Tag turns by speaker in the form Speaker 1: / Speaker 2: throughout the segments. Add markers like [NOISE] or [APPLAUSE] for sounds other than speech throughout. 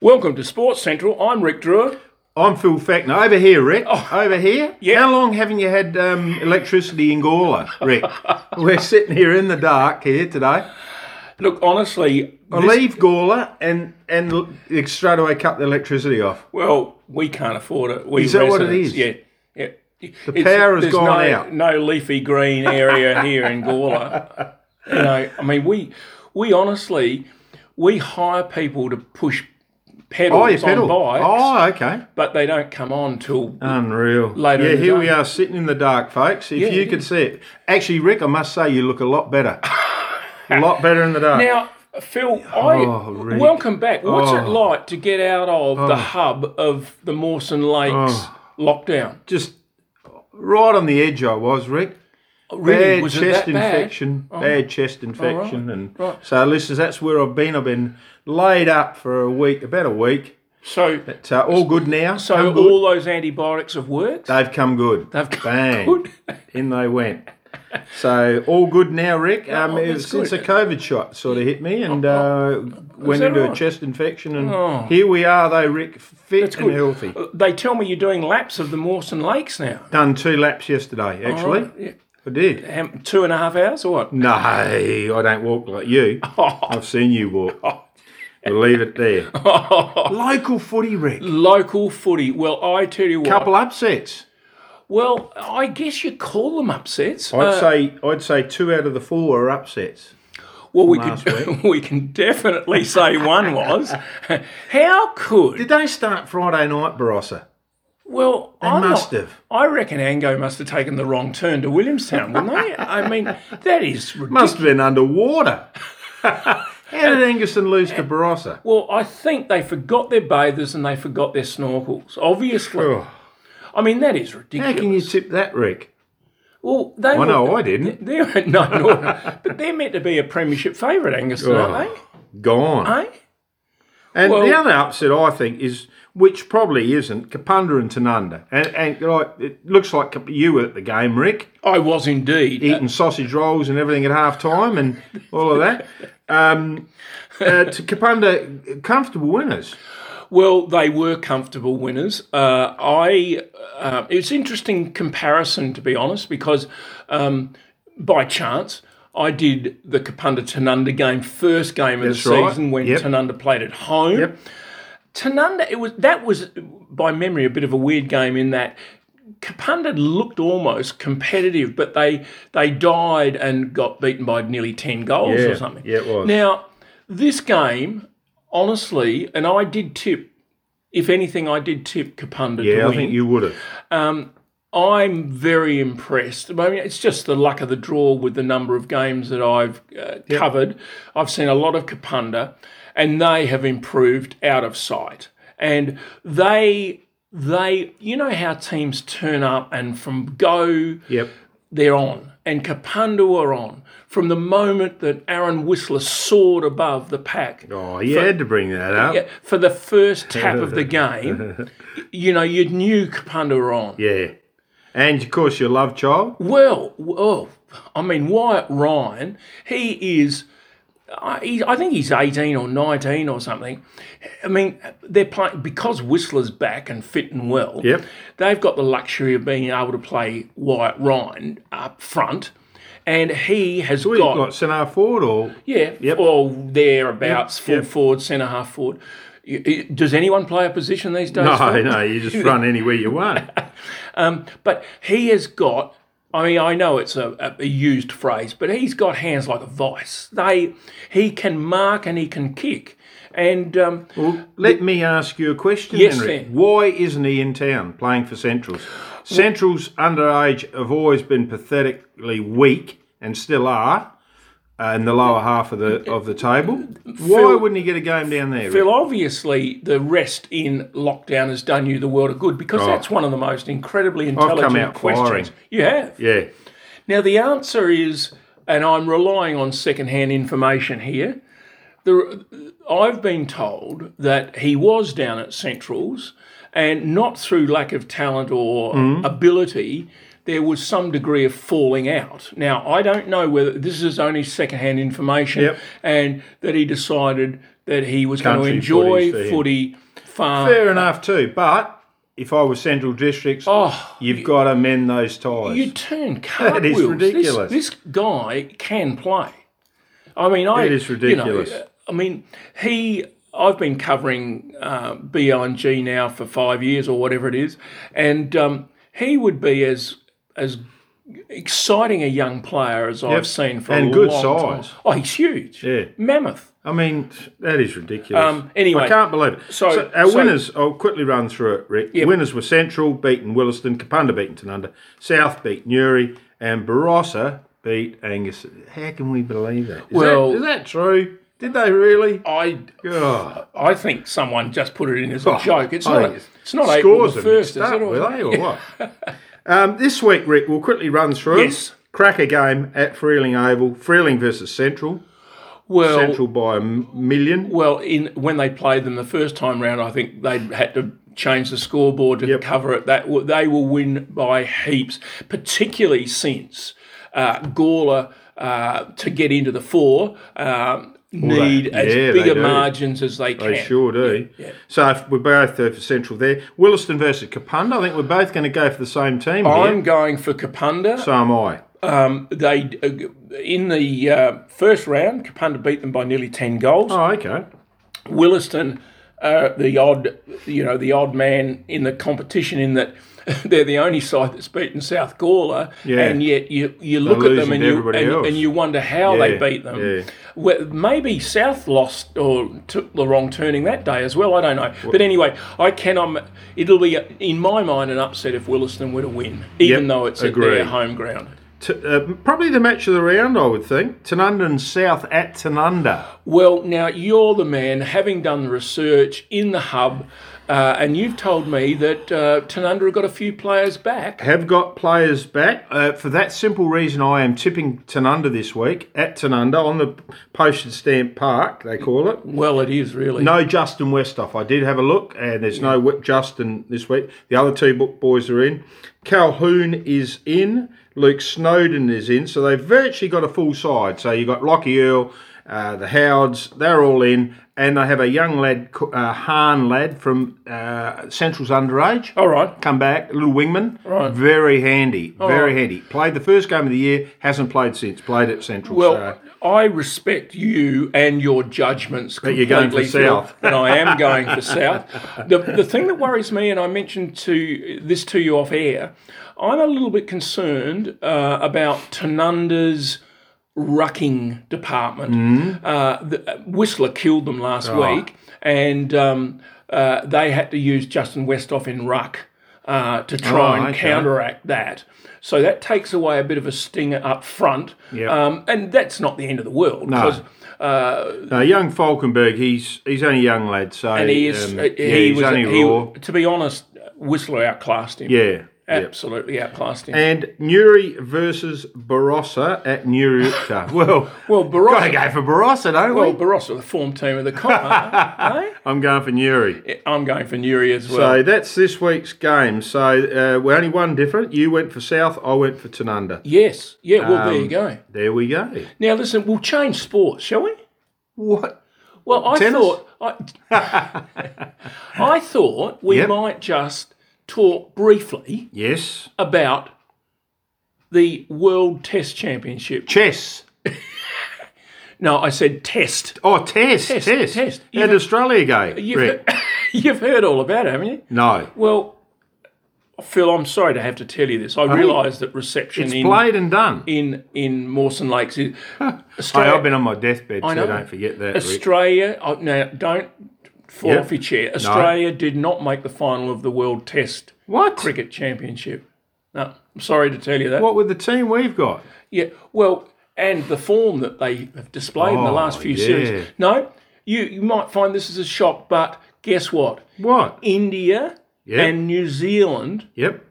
Speaker 1: Welcome to Sports Central. I'm Rick Drewer.
Speaker 2: I'm Phil Fackner. Over here, Rick. Over here.
Speaker 1: Oh. Yeah.
Speaker 2: How long haven't you had um, electricity in Gawler,
Speaker 1: [LAUGHS]
Speaker 2: Rick? We're sitting here in the dark here today.
Speaker 1: Look, honestly,
Speaker 2: I
Speaker 1: this-
Speaker 2: leave Gawler and and l- straight away cut the electricity off.
Speaker 1: well, we can't afford it. We
Speaker 2: Is that what it
Speaker 1: residents,
Speaker 2: is?
Speaker 1: Yeah, yeah. The
Speaker 2: power has gone
Speaker 1: no,
Speaker 2: out.
Speaker 1: No leafy green area here in Gawler. you know, I mean, we we honestly we hire people to push pedals
Speaker 2: Oh, your pedal.
Speaker 1: on bikes,
Speaker 2: Oh, okay.
Speaker 1: but they don't come on till
Speaker 2: Unreal.
Speaker 1: Later
Speaker 2: yeah,
Speaker 1: in the
Speaker 2: here
Speaker 1: day.
Speaker 2: we are sitting in the dark, folks. If you
Speaker 1: yeah.
Speaker 2: could see it. Actually, Rick, I must say you look a
Speaker 1: [LAUGHS]
Speaker 2: lot better. a lot better in the dark.
Speaker 1: now. Phil, I
Speaker 2: Oh, Rick.
Speaker 1: welcome back. What's it
Speaker 2: Oh.
Speaker 1: like to get out of the hub of the Mawson Lakes
Speaker 2: Oh.
Speaker 1: lockdown?
Speaker 2: Just right on the edge I was, Rick.
Speaker 1: Really,
Speaker 2: bad
Speaker 1: was it
Speaker 2: chest
Speaker 1: that bad? Oh.
Speaker 2: infection, bad chest infection, and
Speaker 1: right.
Speaker 2: so listeners, that's where I've been. I've been laid up for a week, about a week.
Speaker 1: So,
Speaker 2: So all good now.
Speaker 1: so
Speaker 2: Come good.
Speaker 1: all those antibiotics have worked.
Speaker 2: they've come good.
Speaker 1: They've come
Speaker 2: Bang.
Speaker 1: good.
Speaker 2: In they went. So all good now, Rick. Um,
Speaker 1: Oh,
Speaker 2: it
Speaker 1: that's
Speaker 2: was since
Speaker 1: good. Oh,
Speaker 2: a COVID shot sort of hit me and uh, went
Speaker 1: that
Speaker 2: into
Speaker 1: right?
Speaker 2: a chest infection, and
Speaker 1: Oh.
Speaker 2: here we are, though, Rick, fit and
Speaker 1: good.
Speaker 2: healthy.
Speaker 1: Uh, [LAUGHS] They tell me you're doing laps of the Mawson Lakes now.
Speaker 2: Done two laps yesterday, actually.
Speaker 1: Yeah.
Speaker 2: I did.
Speaker 1: Ham- Two and a half hours or what?
Speaker 2: No, I don't walk like you. [LAUGHS] I've seen you walk. [LAUGHS] We'll leave it [LAUGHS] there. Local footy, Rick.
Speaker 1: Local footy. Well, I tell you what.
Speaker 2: Couple upsets.
Speaker 1: Well, I guess you call them upsets.
Speaker 2: I'd
Speaker 1: Uh,
Speaker 2: say I'd say two out of the four are upsets.
Speaker 1: well, we
Speaker 2: last
Speaker 1: can [LAUGHS] we can definitely say one
Speaker 2: [LAUGHS]
Speaker 1: was. How could?
Speaker 2: Did they start Friday night, Barossa?
Speaker 1: Well, I
Speaker 2: must have.
Speaker 1: I reckon Ango must have taken the wrong turn to Williamstown, wouldn't
Speaker 2: [LAUGHS]
Speaker 1: they? I mean, that is ridiculous.
Speaker 2: Must have been [LAUGHS] underwater. How did Angerson lose to Barossa?
Speaker 1: Well, I think they forgot their bathers and they forgot their snorkels. Obviously,
Speaker 2: Oh,
Speaker 1: I mean that is
Speaker 2: how
Speaker 1: ridiculous.
Speaker 2: can you tip that, Rick?
Speaker 1: well, [LAUGHS] they
Speaker 2: I
Speaker 1: were,
Speaker 2: know I didn't.
Speaker 1: They're, no,
Speaker 2: [LAUGHS]
Speaker 1: no, but they're meant to be a premiership favourite, Angus, aren't
Speaker 2: Gone.
Speaker 1: they? Eh?
Speaker 2: And the
Speaker 1: well-
Speaker 2: other upset I think is, which probably isn't, Kapunda and Tanunda. And, and like, it looks like you were at the game, Rick.
Speaker 1: I was indeed.
Speaker 2: eating sausage rolls and everything at half time and all of that. Um, uh, to Kapunda, comfortable winners.
Speaker 1: Well, they were comfortable winners. Uh, I uh, it's interesting comparison to be honest because um, by chance I did the Kapunda Tanunda game first game of
Speaker 2: That's
Speaker 1: the
Speaker 2: right.
Speaker 1: season when
Speaker 2: Yep.
Speaker 1: Tanunda played at home.
Speaker 2: Yep.
Speaker 1: Tanunda it was that was by memory a bit of a weird game in that Kapunda looked almost competitive, but they they died and got beaten by nearly ten goals or something.
Speaker 2: yeah, it was.
Speaker 1: Now, this game, honestly, and I did tip. If anything, I did tip Kapunda to
Speaker 2: yeah, I
Speaker 1: win.
Speaker 2: think you would have.
Speaker 1: I'm very impressed. I mean, it's just the luck of the draw with the number of games that I've uh, covered. I've seen a lot of Kapunda, and they have improved out of sight. And they, they, you know how teams turn up and from go
Speaker 2: Yep.
Speaker 1: they're on, and Kapunda were on from the moment that Aaron Whistler soared above the pack.
Speaker 2: Oh, you had to bring that up.
Speaker 1: Yeah, For the first tap of
Speaker 2: [LAUGHS]
Speaker 1: the game, you know, you knew Kapunda were on.
Speaker 2: Yeah. And of course, your love child.
Speaker 1: Well, oh, I mean, Wyatt Ryan, he is. I, he, I think he's 18 or 19 or something. I mean, they're playing because Whistler's back and fit and well.
Speaker 2: Yep.
Speaker 1: They've got the luxury of being able to play Wyatt Ryan up front, and he has
Speaker 2: We
Speaker 1: got
Speaker 2: got Senar Ford or
Speaker 1: yeah, or thereabouts, full forward, centre half forward. Y- y- Does anyone play a position these days? Phil?
Speaker 2: no, no, you just run anywhere you want.
Speaker 1: But he has got. I mean, I know it's a, a- a used phrase, but he's got hands like a vice. They, he can mark and he can kick, and um,
Speaker 2: Well, let me ask you a question,
Speaker 1: Yes, sir.
Speaker 2: Henry. Why isn't he in town playing for Centrals? Centrals underage have always been pathetically weak and still are uh, in the lower half of the of the table. Why wouldn't he get a game down there? Rick?
Speaker 1: Phil, obviously the rest in lockdown has done you the world of good because that's one of the most incredibly intelligent
Speaker 2: Oh. out
Speaker 1: questions
Speaker 2: firing.
Speaker 1: you have.
Speaker 2: yeah,
Speaker 1: Now, the answer is, and I'm relying on secondhand information here. The, I've been told that he was
Speaker 2: Mm-hmm.
Speaker 1: down at Centrals, and not through lack of talent or ability. there was some degree of falling out. Now, I don't know whether this is only secondhand information
Speaker 2: Yep.
Speaker 1: and that he decided that he was going to
Speaker 2: Country
Speaker 1: enjoy
Speaker 2: footy's for him.
Speaker 1: footy far.
Speaker 2: Fair enough too, but if I was Central Districts,
Speaker 1: Oh,
Speaker 2: you've got to mend those ties.
Speaker 1: You
Speaker 2: [LAUGHS]
Speaker 1: turn cartwheels.
Speaker 2: ridiculous.
Speaker 1: This, this guy can play. I mean, I.
Speaker 2: It is ridiculous.
Speaker 1: You know, I mean, he. I've been covering uh, BLNG now for five years or whatever it is, and um, he would be as as exciting a young player as I've seen for
Speaker 2: And
Speaker 1: a
Speaker 2: good
Speaker 1: long
Speaker 2: size.
Speaker 1: time. Oh, he's huge.
Speaker 2: Yeah.
Speaker 1: mammoth.
Speaker 2: I mean, that is ridiculous.
Speaker 1: Um, anyway.
Speaker 2: I can't believe it.
Speaker 1: So-
Speaker 2: So, our
Speaker 1: so-
Speaker 2: winners, I'll quickly run through it, Rick. Winners were Central, beaten Williston, Kapunda beaten Tanunda, South beat Newry, and Barossa beat Angus. How can we believe that? Is
Speaker 1: Well-
Speaker 2: that, is that true? Did they really?
Speaker 1: I
Speaker 2: God.
Speaker 1: I think someone just put it in as a
Speaker 2: Oh,
Speaker 1: joke. It's
Speaker 2: I
Speaker 1: not.
Speaker 2: think
Speaker 1: A,
Speaker 2: it's-
Speaker 1: it's not April
Speaker 2: Scores
Speaker 1: the
Speaker 2: are
Speaker 1: first,
Speaker 2: mixed
Speaker 1: is it?
Speaker 2: up, were
Speaker 1: Or- [LAUGHS]
Speaker 2: they, or what? um, this week, Rick, we'll quickly run through. 'em.
Speaker 1: Yes.
Speaker 2: Cracker game at Freeling Oval. Freeling versus Central.
Speaker 1: Well,
Speaker 2: Central by a m- million.
Speaker 1: Well, in when they played them the first time round, I think they had to change the scoreboard to cover it. That w- they will win by heaps, particularly since uh, Gawler uh, to get into the four um, need as
Speaker 2: yeah,
Speaker 1: big
Speaker 2: they
Speaker 1: a
Speaker 2: do.
Speaker 1: margins as they can.
Speaker 2: They sure do. So if we're both there for Central there. Williston versus Kapunda. I think we're both going to go for the same team
Speaker 1: I'm
Speaker 2: here.
Speaker 1: going for Kapunda.
Speaker 2: So am I.
Speaker 1: Um, they uh, in the uh, first round, Kapunda beat them by nearly ten goals.
Speaker 2: Oh, okay.
Speaker 1: Williston, uh, the odd, you know, the odd man in the competition in that [LAUGHS] they're the only side that's beaten South Gawler,
Speaker 2: Yeah.
Speaker 1: and yet you, you look at them
Speaker 2: losing
Speaker 1: and
Speaker 2: to
Speaker 1: you
Speaker 2: everybody
Speaker 1: and,
Speaker 2: else.
Speaker 1: and you wonder how they
Speaker 2: Yeah,
Speaker 1: beat them.
Speaker 2: yeah.
Speaker 1: Well, maybe South lost or took the wrong turning that day as well. I don't know, but anyway, I cannot. It'll be in my mind an upset if Williston were to win, even
Speaker 2: Yep,
Speaker 1: though it's at
Speaker 2: agree.
Speaker 1: their home ground.
Speaker 2: T- uh, probably the match of the round, I would think. Tanunda and South at Tanunda.
Speaker 1: Well, now you're the man, having done the research in the hub, uh, and you've told me that uh, Tanunda got a few players back.
Speaker 2: Have got players back. Uh, for that simple reason, I am tipping Tanunda this week at Tanunda on the postage stamp park, they call it.
Speaker 1: Well, it is really.
Speaker 2: No Justin Westoff. I did have a look, and there's no Whip Justin this week. The other two bo- boys are in. Calhoun is in. Luke Snowden is in. So they've virtually got a full side. So you've got Lockie Earl, uh, the Howards, they're all in. And they have a young lad, co- uh, Hahn lad from uh, Central's underage.
Speaker 1: All right.
Speaker 2: Come back, a little wingman. Very handy. very
Speaker 1: right.
Speaker 2: handy. Played the first game of the year, hasn't played since. Played at Central.
Speaker 1: Well,
Speaker 2: so.
Speaker 1: I respect you and your judgments. But
Speaker 2: you're going for South.
Speaker 1: [LAUGHS] and I am going for South. The, the thing that worries me, and I mentioned to this to you off air, I'm a little bit concerned uh, about Tanunda's rucking department.
Speaker 2: Mm.
Speaker 1: Uh, the, Whistler killed them last
Speaker 2: Ah.
Speaker 1: week, and um, uh, they had to use Justin Westhoff in ruck. Uh, to try
Speaker 2: Oh,
Speaker 1: and
Speaker 2: okay.
Speaker 1: counteract that, so that takes away a bit of a stinger up front,
Speaker 2: Yep.
Speaker 1: um, and that's not the end of the world. because
Speaker 2: No, young Falkenberg, he's he's only a young lad, so
Speaker 1: And he is. uh,
Speaker 2: um,
Speaker 1: he
Speaker 2: yeah, he's
Speaker 1: was.
Speaker 2: only
Speaker 1: he-
Speaker 2: raw.
Speaker 1: to be honest, Whistler outclassed him.
Speaker 2: Yeah.
Speaker 1: uh,
Speaker 2: yeah.
Speaker 1: absolutely outclassed him.
Speaker 2: And Newry versus Barossa at Newry. well,
Speaker 1: [LAUGHS] well,
Speaker 2: [LAUGHS] gotta
Speaker 1: Barossa,
Speaker 2: go for Barossa, don't
Speaker 1: well,
Speaker 2: we?
Speaker 1: Barossa, the form team of the comp, aren't
Speaker 2: I'm going for Newry. [LAUGHS]
Speaker 1: they? Eh? I'm going for Newry as well.
Speaker 2: So that's this week's game. So uh, we're only one different. You went for South, I went for Tanunda.
Speaker 1: yes, yeah. Well,
Speaker 2: Um,
Speaker 1: there you go.
Speaker 2: There we go.
Speaker 1: Now listen, we'll change sports, shall we?
Speaker 2: What?
Speaker 1: Well, I
Speaker 2: Tennis?
Speaker 1: thought. I,
Speaker 2: [LAUGHS]
Speaker 1: I [LAUGHS] thought we
Speaker 2: Yep.
Speaker 1: might just talk briefly
Speaker 2: Yes.
Speaker 1: about the World Test Championship.
Speaker 2: Chess.
Speaker 1: No, I said test.
Speaker 2: Oh, test.
Speaker 1: Test,
Speaker 2: Test.
Speaker 1: test.
Speaker 2: How'd Australia go?
Speaker 1: You've,
Speaker 2: Rick?
Speaker 1: [LAUGHS] you've heard all about it, haven't you?
Speaker 2: No.
Speaker 1: Well, Phil, I'm sorry to have to tell you this. I realise that reception
Speaker 2: It's
Speaker 1: in,
Speaker 2: played and done.
Speaker 1: in in Mawson Lakes is
Speaker 2: Hey,
Speaker 1: Australia.
Speaker 2: I've been on my deathbed, so
Speaker 1: know.
Speaker 2: don't forget that. Rick.
Speaker 1: Australia oh, now don't fall
Speaker 2: Yep.
Speaker 1: off your chair. Australia did not make the final of the World Test
Speaker 2: What?
Speaker 1: Cricket Championship. No, I'm sorry to tell you that.
Speaker 2: What with the team we've got?
Speaker 1: Yeah, well, and the form that they have displayed in the
Speaker 2: Oh,
Speaker 1: last few
Speaker 2: yeah.
Speaker 1: series. No, you you might find this is a shock, but guess what?
Speaker 2: What?
Speaker 1: India
Speaker 2: Yep.
Speaker 1: and New Zealand
Speaker 2: Yep.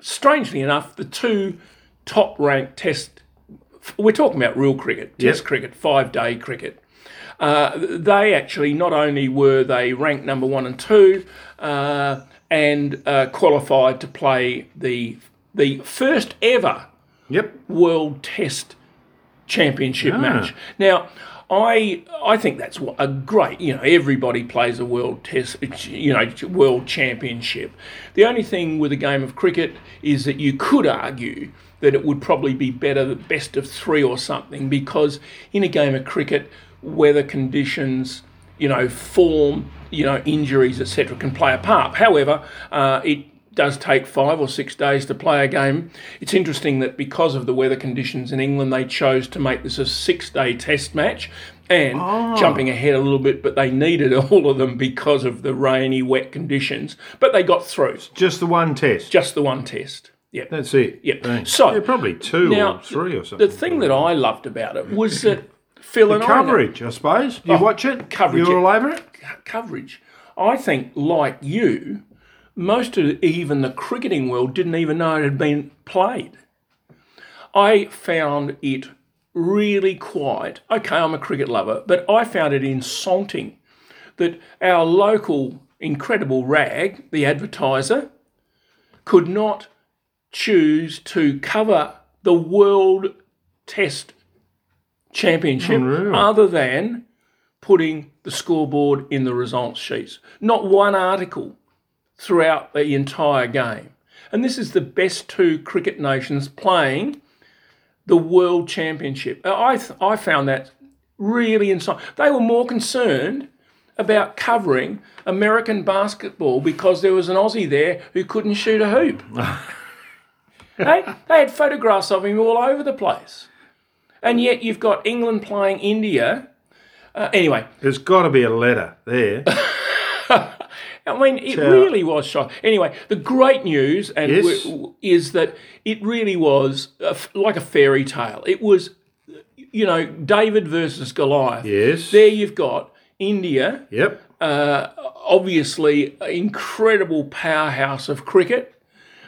Speaker 1: strangely enough, the two top ranked test, we're talking about real cricket, test
Speaker 2: Yep.
Speaker 1: cricket, five day cricket. Uh, they actually, not only were they ranked number one and two, uh, and uh, qualified to play the the first ever
Speaker 2: Yep.
Speaker 1: World Test Championship match. Now, I I think that's what a great you know everybody plays a World Test you know World Championship. The only thing with a game of cricket is that you could argue that it would probably be better the best of three or something because in a game of cricket, weather conditions, you know, form, you know, injuries, etc., can play a part. However, uh, it does take five or six days to play a game. It's interesting that because of the weather conditions in England, they chose to make this a six day test match. And jumping ahead a little bit, but they needed [LAUGHS] all of them because of the rainy, wet conditions. But they got through
Speaker 2: Just the one test.
Speaker 1: just the one test. Yep.
Speaker 2: That's it.
Speaker 1: Yep.
Speaker 2: Thanks.
Speaker 1: So-
Speaker 2: yeah, probably two
Speaker 1: Now,
Speaker 2: or three or something.
Speaker 1: the thing that I loved about it was that Phil and I know-
Speaker 2: coverage, I suppose. You watch it.
Speaker 1: Oh, coverage,
Speaker 2: You're
Speaker 1: yeah.
Speaker 2: all over it.
Speaker 1: coverage. I think, like you, most of the- even the cricketing world didn't even know it had been played. I found it really quiet. Okay, I'm a cricket lover, but I found it insulting that our local incredible rag, the advertiser, could not choose to cover the World Test Championship
Speaker 2: Unreal.
Speaker 1: other than putting the scoreboard in the results sheets. Not one article throughout the entire game. And this is the best two cricket nations playing the World Championship. I, I found that really insane. They were more concerned about covering American basketball because there was an Aussie there who couldn't shoot a hoop. they, they had photographs of him all over the place. And yet you've got England playing India. Uh, anyway,
Speaker 2: There's got to be a letter
Speaker 1: [LAUGHS]
Speaker 2: there.
Speaker 1: I mean, it really was shocking. Anyway, the great news and
Speaker 2: Yes.
Speaker 1: w- w- is that it really was a f like a fairy tale. It was, you know, David versus Goliath.
Speaker 2: Yes.
Speaker 1: There you've got India,
Speaker 2: Yep.
Speaker 1: obviously an incredible powerhouse of cricket.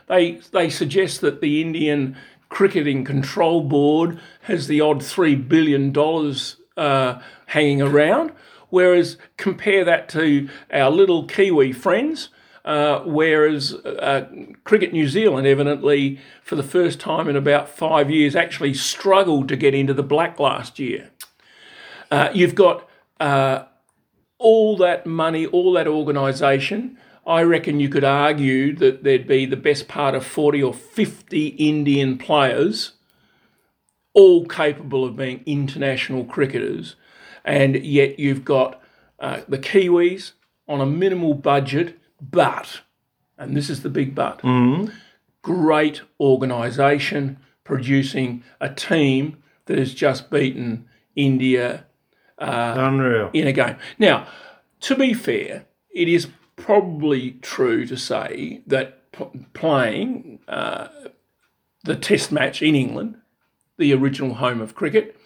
Speaker 1: They they suggest that the Indian Cricketing Control Board has the odd three billion dollars uh, hanging around, whereas compare that to our little Kiwi friends. Uh, whereas uh, Cricket New Zealand, evidently for the first time in about five years, actually struggled to get into the black last year. Uh, you've got all that money, all that organisation, I reckon you could argue that there'd be the best part of 40 or 50 Indian players, all capable of being international cricketers. And yet you've got uh, the Kiwis on a minimal budget, but, and this is the big but, great organisation producing a team that has just beaten India
Speaker 2: Unreal.
Speaker 1: in a game. Now, to be fair, it is probably true to say that p- playing uh, the Test match in England, the original home of cricket,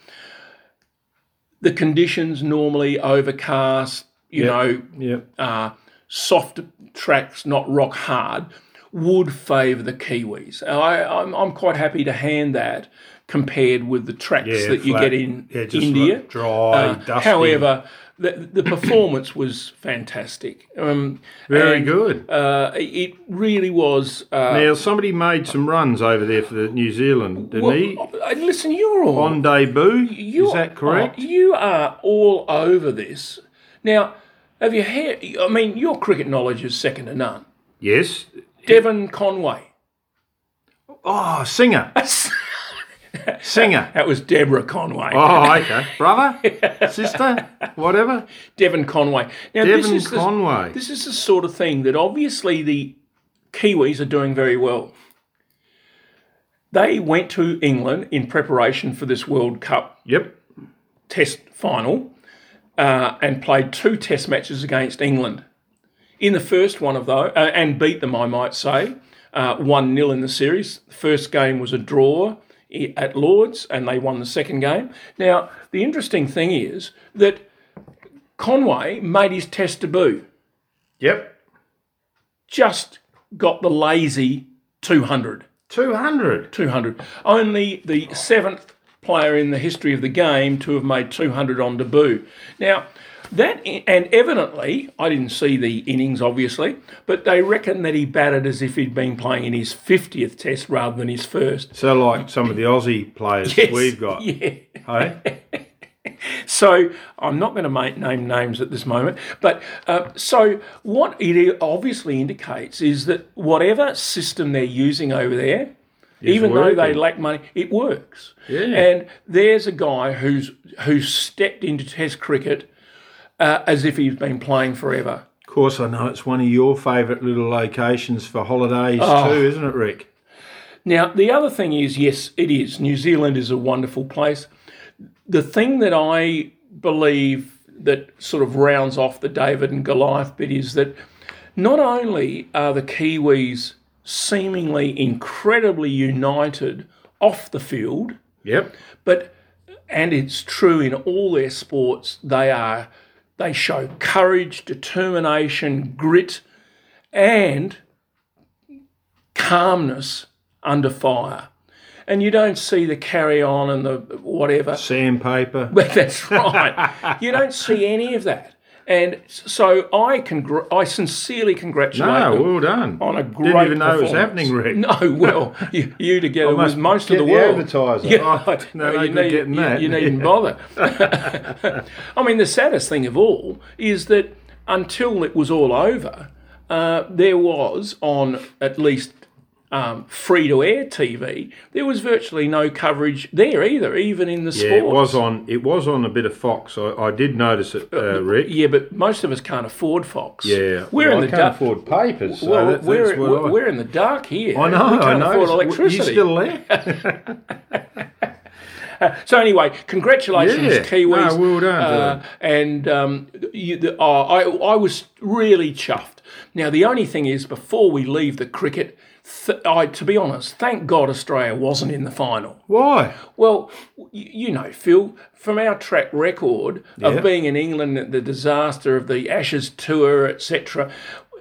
Speaker 1: the conditions normally overcast, you know,
Speaker 2: Yep.
Speaker 1: soft tracks, not rock hard, would favour the Kiwis. I, I'm, I'm quite happy to hand that compared with the tracks
Speaker 2: Yeah,
Speaker 1: that you
Speaker 2: flat.
Speaker 1: get in
Speaker 2: yeah, just
Speaker 1: India.
Speaker 2: like dry,
Speaker 1: Uh,
Speaker 2: dusty.
Speaker 1: however, the, the performance was fantastic. Um,
Speaker 2: very
Speaker 1: and,
Speaker 2: good.
Speaker 1: Uh, it really was. Uh,
Speaker 2: now somebody made some runs over there for the New Zealand, didn't he?
Speaker 1: well, uh, listen, you're all
Speaker 2: On debut,
Speaker 1: you
Speaker 2: is that correct?
Speaker 1: Are, oh. you are all over this now. Have you heard? I mean, your cricket knowledge is second to none.
Speaker 2: yes.
Speaker 1: Devon Conway.
Speaker 2: Oh,
Speaker 1: [LAUGHS]
Speaker 2: singer, singer.
Speaker 1: That was Deborah Conway.
Speaker 2: Oh, okay. [LAUGHS] Brother, sister, whatever.
Speaker 1: Devon Conway. Now, this
Speaker 2: Devon
Speaker 1: is the,
Speaker 2: Conway.
Speaker 1: This is the sort of thing that obviously the Kiwis are doing very well. They went to England in preparation for this World Cup
Speaker 2: Yep.
Speaker 1: Test final uh, and played two Test matches against England. In the first one of those, uh, and beat them, I might say, uh, one 0 in the series. The first game was a draw i- at Lords, and they won the second game. Now, the interesting thing is that Conway made his Test debut
Speaker 2: Yep.
Speaker 1: just got the lazy 200.
Speaker 2: 200.
Speaker 1: 200. Only the seventh player in the history of the game to have made 200 on debut. Now, That and evidently, I didn't see the innings obviously, but they reckon that he batted as if he'd been playing in his fiftieth Test rather than his first.
Speaker 2: So, like some of the Aussie players
Speaker 1: Yes,
Speaker 2: we've
Speaker 1: [LAUGHS]
Speaker 2: got,
Speaker 1: Yeah.
Speaker 2: hey?
Speaker 1: So I'm not going to ma- name names at this moment, but uh, so what it obviously indicates is that whatever system they're using over there, even though they
Speaker 2: working.
Speaker 1: lack money, it works.
Speaker 2: Yeah.
Speaker 1: And there's a guy who's who's stepped into Test cricket uh, as if he's been playing forever.
Speaker 2: Of course, I know it's one of your favourite little locations for holidays
Speaker 1: Oh.
Speaker 2: too, isn't it, Rick?
Speaker 1: Now, the other thing is, yes, it is. New Zealand is a wonderful place. The thing that I believe that sort of rounds off the David and Goliath bit is that not only are the Kiwis seemingly incredibly united off the field,
Speaker 2: Yep.
Speaker 1: but and it's true in all their sports they are they show courage determination grit and calmness under fire and you don't see the carry on and the whatever [LAUGHS]
Speaker 2: Sandpaper.
Speaker 1: but that's right you don't see any of that and so i congr- i sincerely congratulate
Speaker 2: No,
Speaker 1: them
Speaker 2: Ah, well done.
Speaker 1: on a great
Speaker 2: Didn't even know it was
Speaker 1: performance.
Speaker 2: happening,
Speaker 1: [LAUGHS]
Speaker 2: Rick.
Speaker 1: no well you, you together with most of the
Speaker 2: Get
Speaker 1: world [LAUGHS]
Speaker 2: advertiser. [LAUGHS] Oh, no, no
Speaker 1: you,
Speaker 2: good
Speaker 1: need,
Speaker 2: getting
Speaker 1: you-
Speaker 2: that.
Speaker 1: you
Speaker 2: [LAUGHS]
Speaker 1: needn't bother. [LAUGHS] I mean, the saddest thing of all is that until it was all over, uh, there was on at least um, free to air TV, there was virtually no coverage there either, even in the
Speaker 2: Yeah, it
Speaker 1: sport.
Speaker 2: was on. It was on a bit of Fox. I, I did notice it, uh, Rick.
Speaker 1: Yeah, but most of us can't afford Fox.
Speaker 2: Yeah,
Speaker 1: we're in
Speaker 2: well, I
Speaker 1: the
Speaker 2: can't
Speaker 1: dark.
Speaker 2: afford papers. So
Speaker 1: well,
Speaker 2: that-
Speaker 1: we're,
Speaker 2: that's what
Speaker 1: we're, we're in the dark here.
Speaker 2: I, I know.
Speaker 1: We can't
Speaker 2: I know.
Speaker 1: afford
Speaker 2: You
Speaker 1: electricity.
Speaker 2: still there?
Speaker 1: So anyway, congratulations,
Speaker 2: Yeah.
Speaker 1: Kiwis.
Speaker 2: No, well done to
Speaker 1: Uh, and um, you, the, oh, I, I was really chuffed. Now the only thing is, before we leave the cricket, th- I, to be honest, thank God Australia wasn't in the final.
Speaker 2: Why?
Speaker 1: Well, y- you know, Phil, from our track record
Speaker 2: Yeah.
Speaker 1: of being in England at the disaster of the Ashes tour, etc.,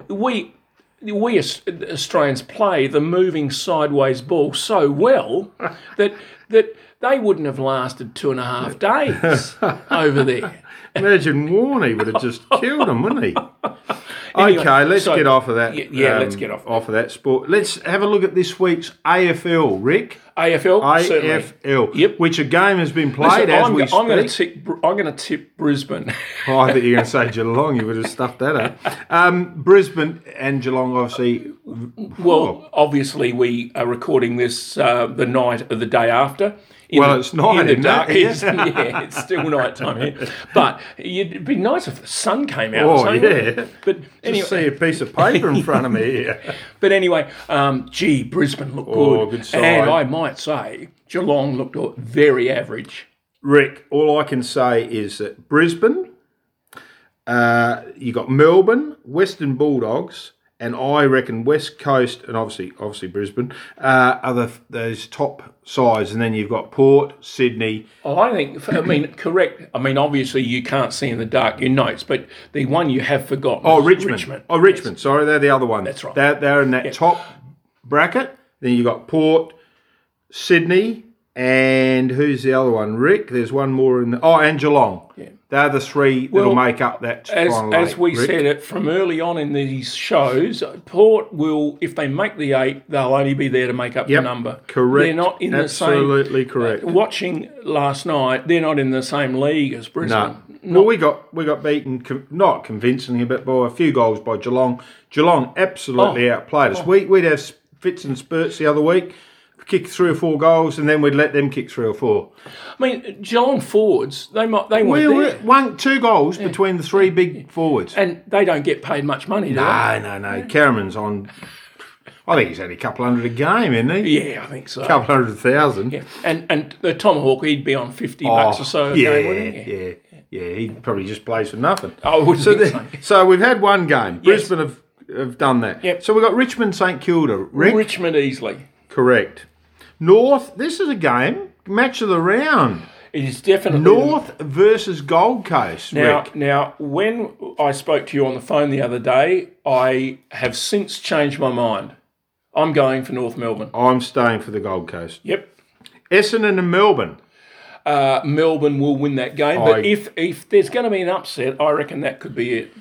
Speaker 1: we we Aus- Australians play the moving sideways ball so well [LAUGHS] that that they wouldn't have lasted two and a half
Speaker 2: [LAUGHS]
Speaker 1: days over there.
Speaker 2: Imagine Warney would
Speaker 1: [LAUGHS]
Speaker 2: have just killed him, wouldn't he? okay, let's
Speaker 1: so-
Speaker 2: get off of that. um,
Speaker 1: Yeah, yeah, let's get off of
Speaker 2: off of that sport. Let's have a look at this week's AFL, Rick.
Speaker 1: AFL, certainly.
Speaker 2: AFL,
Speaker 1: Yep.
Speaker 2: which a game has been
Speaker 1: So
Speaker 2: played as
Speaker 1: I'm,
Speaker 2: we
Speaker 1: I'm going to
Speaker 2: speak.
Speaker 1: tip. Br- I'm going to tip Brisbane. [LAUGHS]
Speaker 2: [LAUGHS] Oh, I thought you were going to say Geelong. You would have stuffed that up. Um, Brisbane and Geelong, obviously.
Speaker 1: Well, obviously, we are recording this uh, the night of the day after. In
Speaker 2: Well,
Speaker 1: the-
Speaker 2: it's night,
Speaker 1: in the
Speaker 2: isn't it?
Speaker 1: [LAUGHS] dark. It's, yeah, it's still night time here. But it'd be nice if the sun came out. or
Speaker 2: Oh,
Speaker 1: something, wouldn't
Speaker 2: yeah.
Speaker 1: it? But anyway,
Speaker 2: Just see a piece of paper in front
Speaker 1: [LAUGHS]
Speaker 2: of me here.
Speaker 1: but anyway, um, gee, Brisbane looked
Speaker 2: Oh,
Speaker 1: good,
Speaker 2: good side.
Speaker 1: and I might say Geelong looked o- very average.
Speaker 2: Rick, all I can say is that Brisbane, uh, you got Melbourne, Western Bulldogs, and I reckon West Coast, and obviously, obviously Brisbane, uh, are the, those top sides, and then you've got Port, Sydney.
Speaker 1: Oh, I think, I mean, correct. I mean, obviously, you can't see in the dark your notes, but the one you have forgotten.
Speaker 2: Oh,
Speaker 1: is
Speaker 2: Richmond. Oh, Richmond. Sorry, they're the other one.
Speaker 1: That's right.
Speaker 2: They're, they're in that top bracket. Then you got Port, Sydney, and who's the other one? Rick. There's one more in the. Oh, and Geelong. Yeah. They're the three that'll make up that
Speaker 1: as,
Speaker 2: final
Speaker 1: as
Speaker 2: eight,
Speaker 1: we
Speaker 2: Rick.
Speaker 1: said it from early on in these shows, Port will, if they make the eight, they'll only be there to make up
Speaker 2: Yep,
Speaker 1: the number.
Speaker 2: Correct.
Speaker 1: They're not in
Speaker 2: Absolutely
Speaker 1: the
Speaker 2: correct.
Speaker 1: same. Watching last night, they're not in the same league as Brisbane.
Speaker 2: No. Well, we got we got beaten con- not convincingly, but by a few goals by Geelong. Geelong
Speaker 1: Oh.
Speaker 2: absolutely outplayed us. We, we'd have fits and spurts the other week, kick three or four goals, and then we'd let them kick three or four.
Speaker 1: I mean, Geelong forwards, they might, they
Speaker 2: We
Speaker 1: weren't
Speaker 2: were
Speaker 1: there,
Speaker 2: one two goals between the three big forwards.
Speaker 1: and they don't get paid much money. Do they?
Speaker 2: No, no, no. Kerriman's on. I think he's had a couple hundred a game, isn't he?
Speaker 1: Yeah, I think so.
Speaker 2: couple hundred thousand.
Speaker 1: And and the Tomahawk, he'd be on fifty bucks or so. a
Speaker 2: Oh, yeah,
Speaker 1: game, wouldn't he?
Speaker 2: yeah, yeah, He probably just plays for nothing.
Speaker 1: I wouldn't
Speaker 2: So,
Speaker 1: think
Speaker 2: the- so we've had one game. Brisbane have, have done that.
Speaker 1: Yep.
Speaker 2: So we've got Richmond St Kilda. Rick?
Speaker 1: so. Richmond easily.
Speaker 2: Correct. North, this is a game. Match of the round.
Speaker 1: It is definitely the
Speaker 2: North versus Gold Coast.
Speaker 1: Now,
Speaker 2: Rick.
Speaker 1: now, when I spoke to you on the phone the other day, I have since changed my mind. I'm going for North Melbourne.
Speaker 2: I'm staying for the Gold Coast.
Speaker 1: Yep.
Speaker 2: Essendon and Melbourne.
Speaker 1: uh, Melbourne will win that game. But
Speaker 2: I-
Speaker 1: if if there's going to be an upset, I reckon that could be it.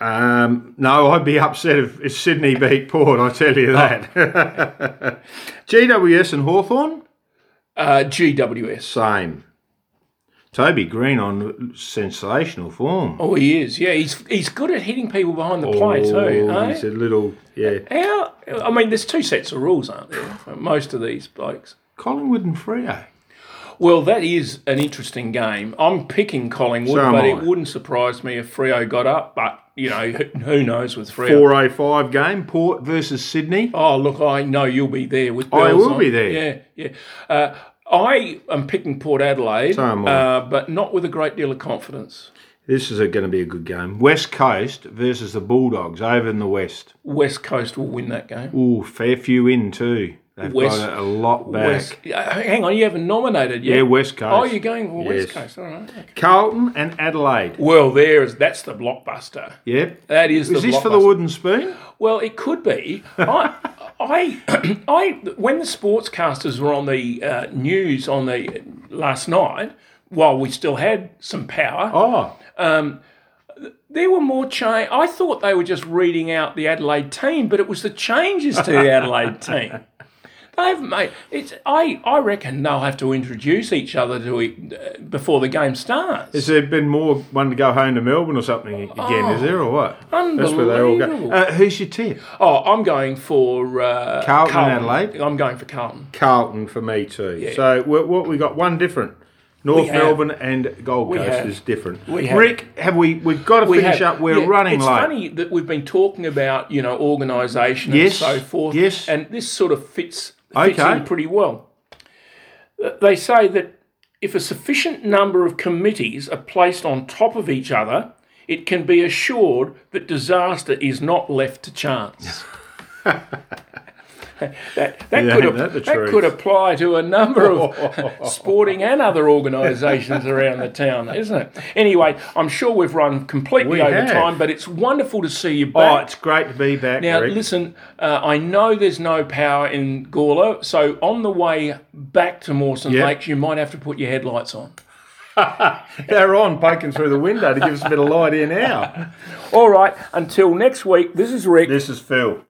Speaker 2: Um, no, I'd be upset if, if Sydney beat Port, I tell you that.
Speaker 1: Oh.
Speaker 2: [LAUGHS] GWS and Hawthorn,
Speaker 1: Uh, GWS.
Speaker 2: same. Toby Green on sensational form.
Speaker 1: Oh, he is. Yeah, he's he's good at hitting people behind the play too.
Speaker 2: Oh,
Speaker 1: eh?
Speaker 2: he's a little, yeah.
Speaker 1: How? I mean, there's two sets of rules, aren't there? For most of these blokes.
Speaker 2: Collingwood and Freo.
Speaker 1: Well, that is an interesting game. I'm picking Collingwood,
Speaker 2: So am
Speaker 1: but
Speaker 2: I.
Speaker 1: it wouldn't surprise me if Frio got up. But you know, who, who knows with Frio?
Speaker 2: 405 game, Port versus Sydney.
Speaker 1: Oh, look, I know you'll be there with.
Speaker 2: I
Speaker 1: bells
Speaker 2: will
Speaker 1: on.
Speaker 2: be there.
Speaker 1: Yeah, yeah. Uh, I am picking Port Adelaide,
Speaker 2: So am I.
Speaker 1: uh, but not with a great deal of confidence.
Speaker 2: This is going to be a good game. West Coast versus the Bulldogs over in the West.
Speaker 1: West Coast will win that game.
Speaker 2: Ooh, fair few in too. They've
Speaker 1: West-
Speaker 2: got a lot back.
Speaker 1: West, uh, hang on, you haven't nominated yet.
Speaker 2: Yeah, West Coast.
Speaker 1: Oh, you're going for West
Speaker 2: Yes.
Speaker 1: Coast. All right. okay.
Speaker 2: Carlton and Adelaide.
Speaker 1: Well, there is that's the blockbuster.
Speaker 2: Yep.
Speaker 1: That is,
Speaker 2: Is
Speaker 1: the
Speaker 2: this for the
Speaker 1: blockbuster.
Speaker 2: wooden spoon?
Speaker 1: Well, it could be.
Speaker 2: [LAUGHS]
Speaker 1: I, I, I, when the sportscasters were on the uh, news on the last night, while we still had some power,
Speaker 2: Oh,
Speaker 1: there were more change. I thought they were just reading out the Adelaide team, but it was the changes to the
Speaker 2: [LAUGHS]
Speaker 1: Adelaide team. They've made it's. I, I reckon they'll have to introduce each other to e- uh, before the game starts.
Speaker 2: has there been more one to go home to Melbourne or something again? is there or what? That's where they all go.
Speaker 1: Oh. Unbelievable.
Speaker 2: Uh, who's your tip?
Speaker 1: oh, I'm going for uh,
Speaker 2: Carlton, Adelaide?
Speaker 1: I'm going for Carlton.
Speaker 2: Carlton for me too. So what, what we got one different. North
Speaker 1: have.
Speaker 2: Melbourne and Gold Coast
Speaker 1: have.
Speaker 2: is different.
Speaker 1: We have.
Speaker 2: Rick, have we? We've got to
Speaker 1: We
Speaker 2: finish
Speaker 1: have-
Speaker 2: up. We're
Speaker 1: yeah,
Speaker 2: running
Speaker 1: It's
Speaker 2: late.
Speaker 1: funny that we've been talking about you know organisation
Speaker 2: Yes,
Speaker 1: and so forth.
Speaker 2: yes.
Speaker 1: and this sort of fits fits
Speaker 2: Okay.
Speaker 1: in pretty well. Uh, They say that if a sufficient number of committees are placed on top of each other, it can be assured that disaster is not left to
Speaker 2: [LAUGHS]
Speaker 1: chance. That, that,
Speaker 2: Yeah,
Speaker 1: could,
Speaker 2: ain't
Speaker 1: ap-
Speaker 2: that the
Speaker 1: that
Speaker 2: truth?
Speaker 1: could apply to a number of
Speaker 2: [LAUGHS]
Speaker 1: sporting and other organisations around the town, isn't it? Anyway, I'm sure we've run completely
Speaker 2: We
Speaker 1: over
Speaker 2: have.
Speaker 1: time, but it's wonderful to see you
Speaker 2: Oh,
Speaker 1: back.
Speaker 2: it's great to be back,
Speaker 1: now,
Speaker 2: Rick.
Speaker 1: listen, uh, I know there's no power in Gawler, so on the way back to Mawson
Speaker 2: Yep.
Speaker 1: Lakes, you might have to put your headlights on.
Speaker 2: They're on poking through
Speaker 1: [LAUGHS]
Speaker 2: the window to give us a bit of light in now.
Speaker 1: All right, until next week, this is Rick.
Speaker 2: This is Phil.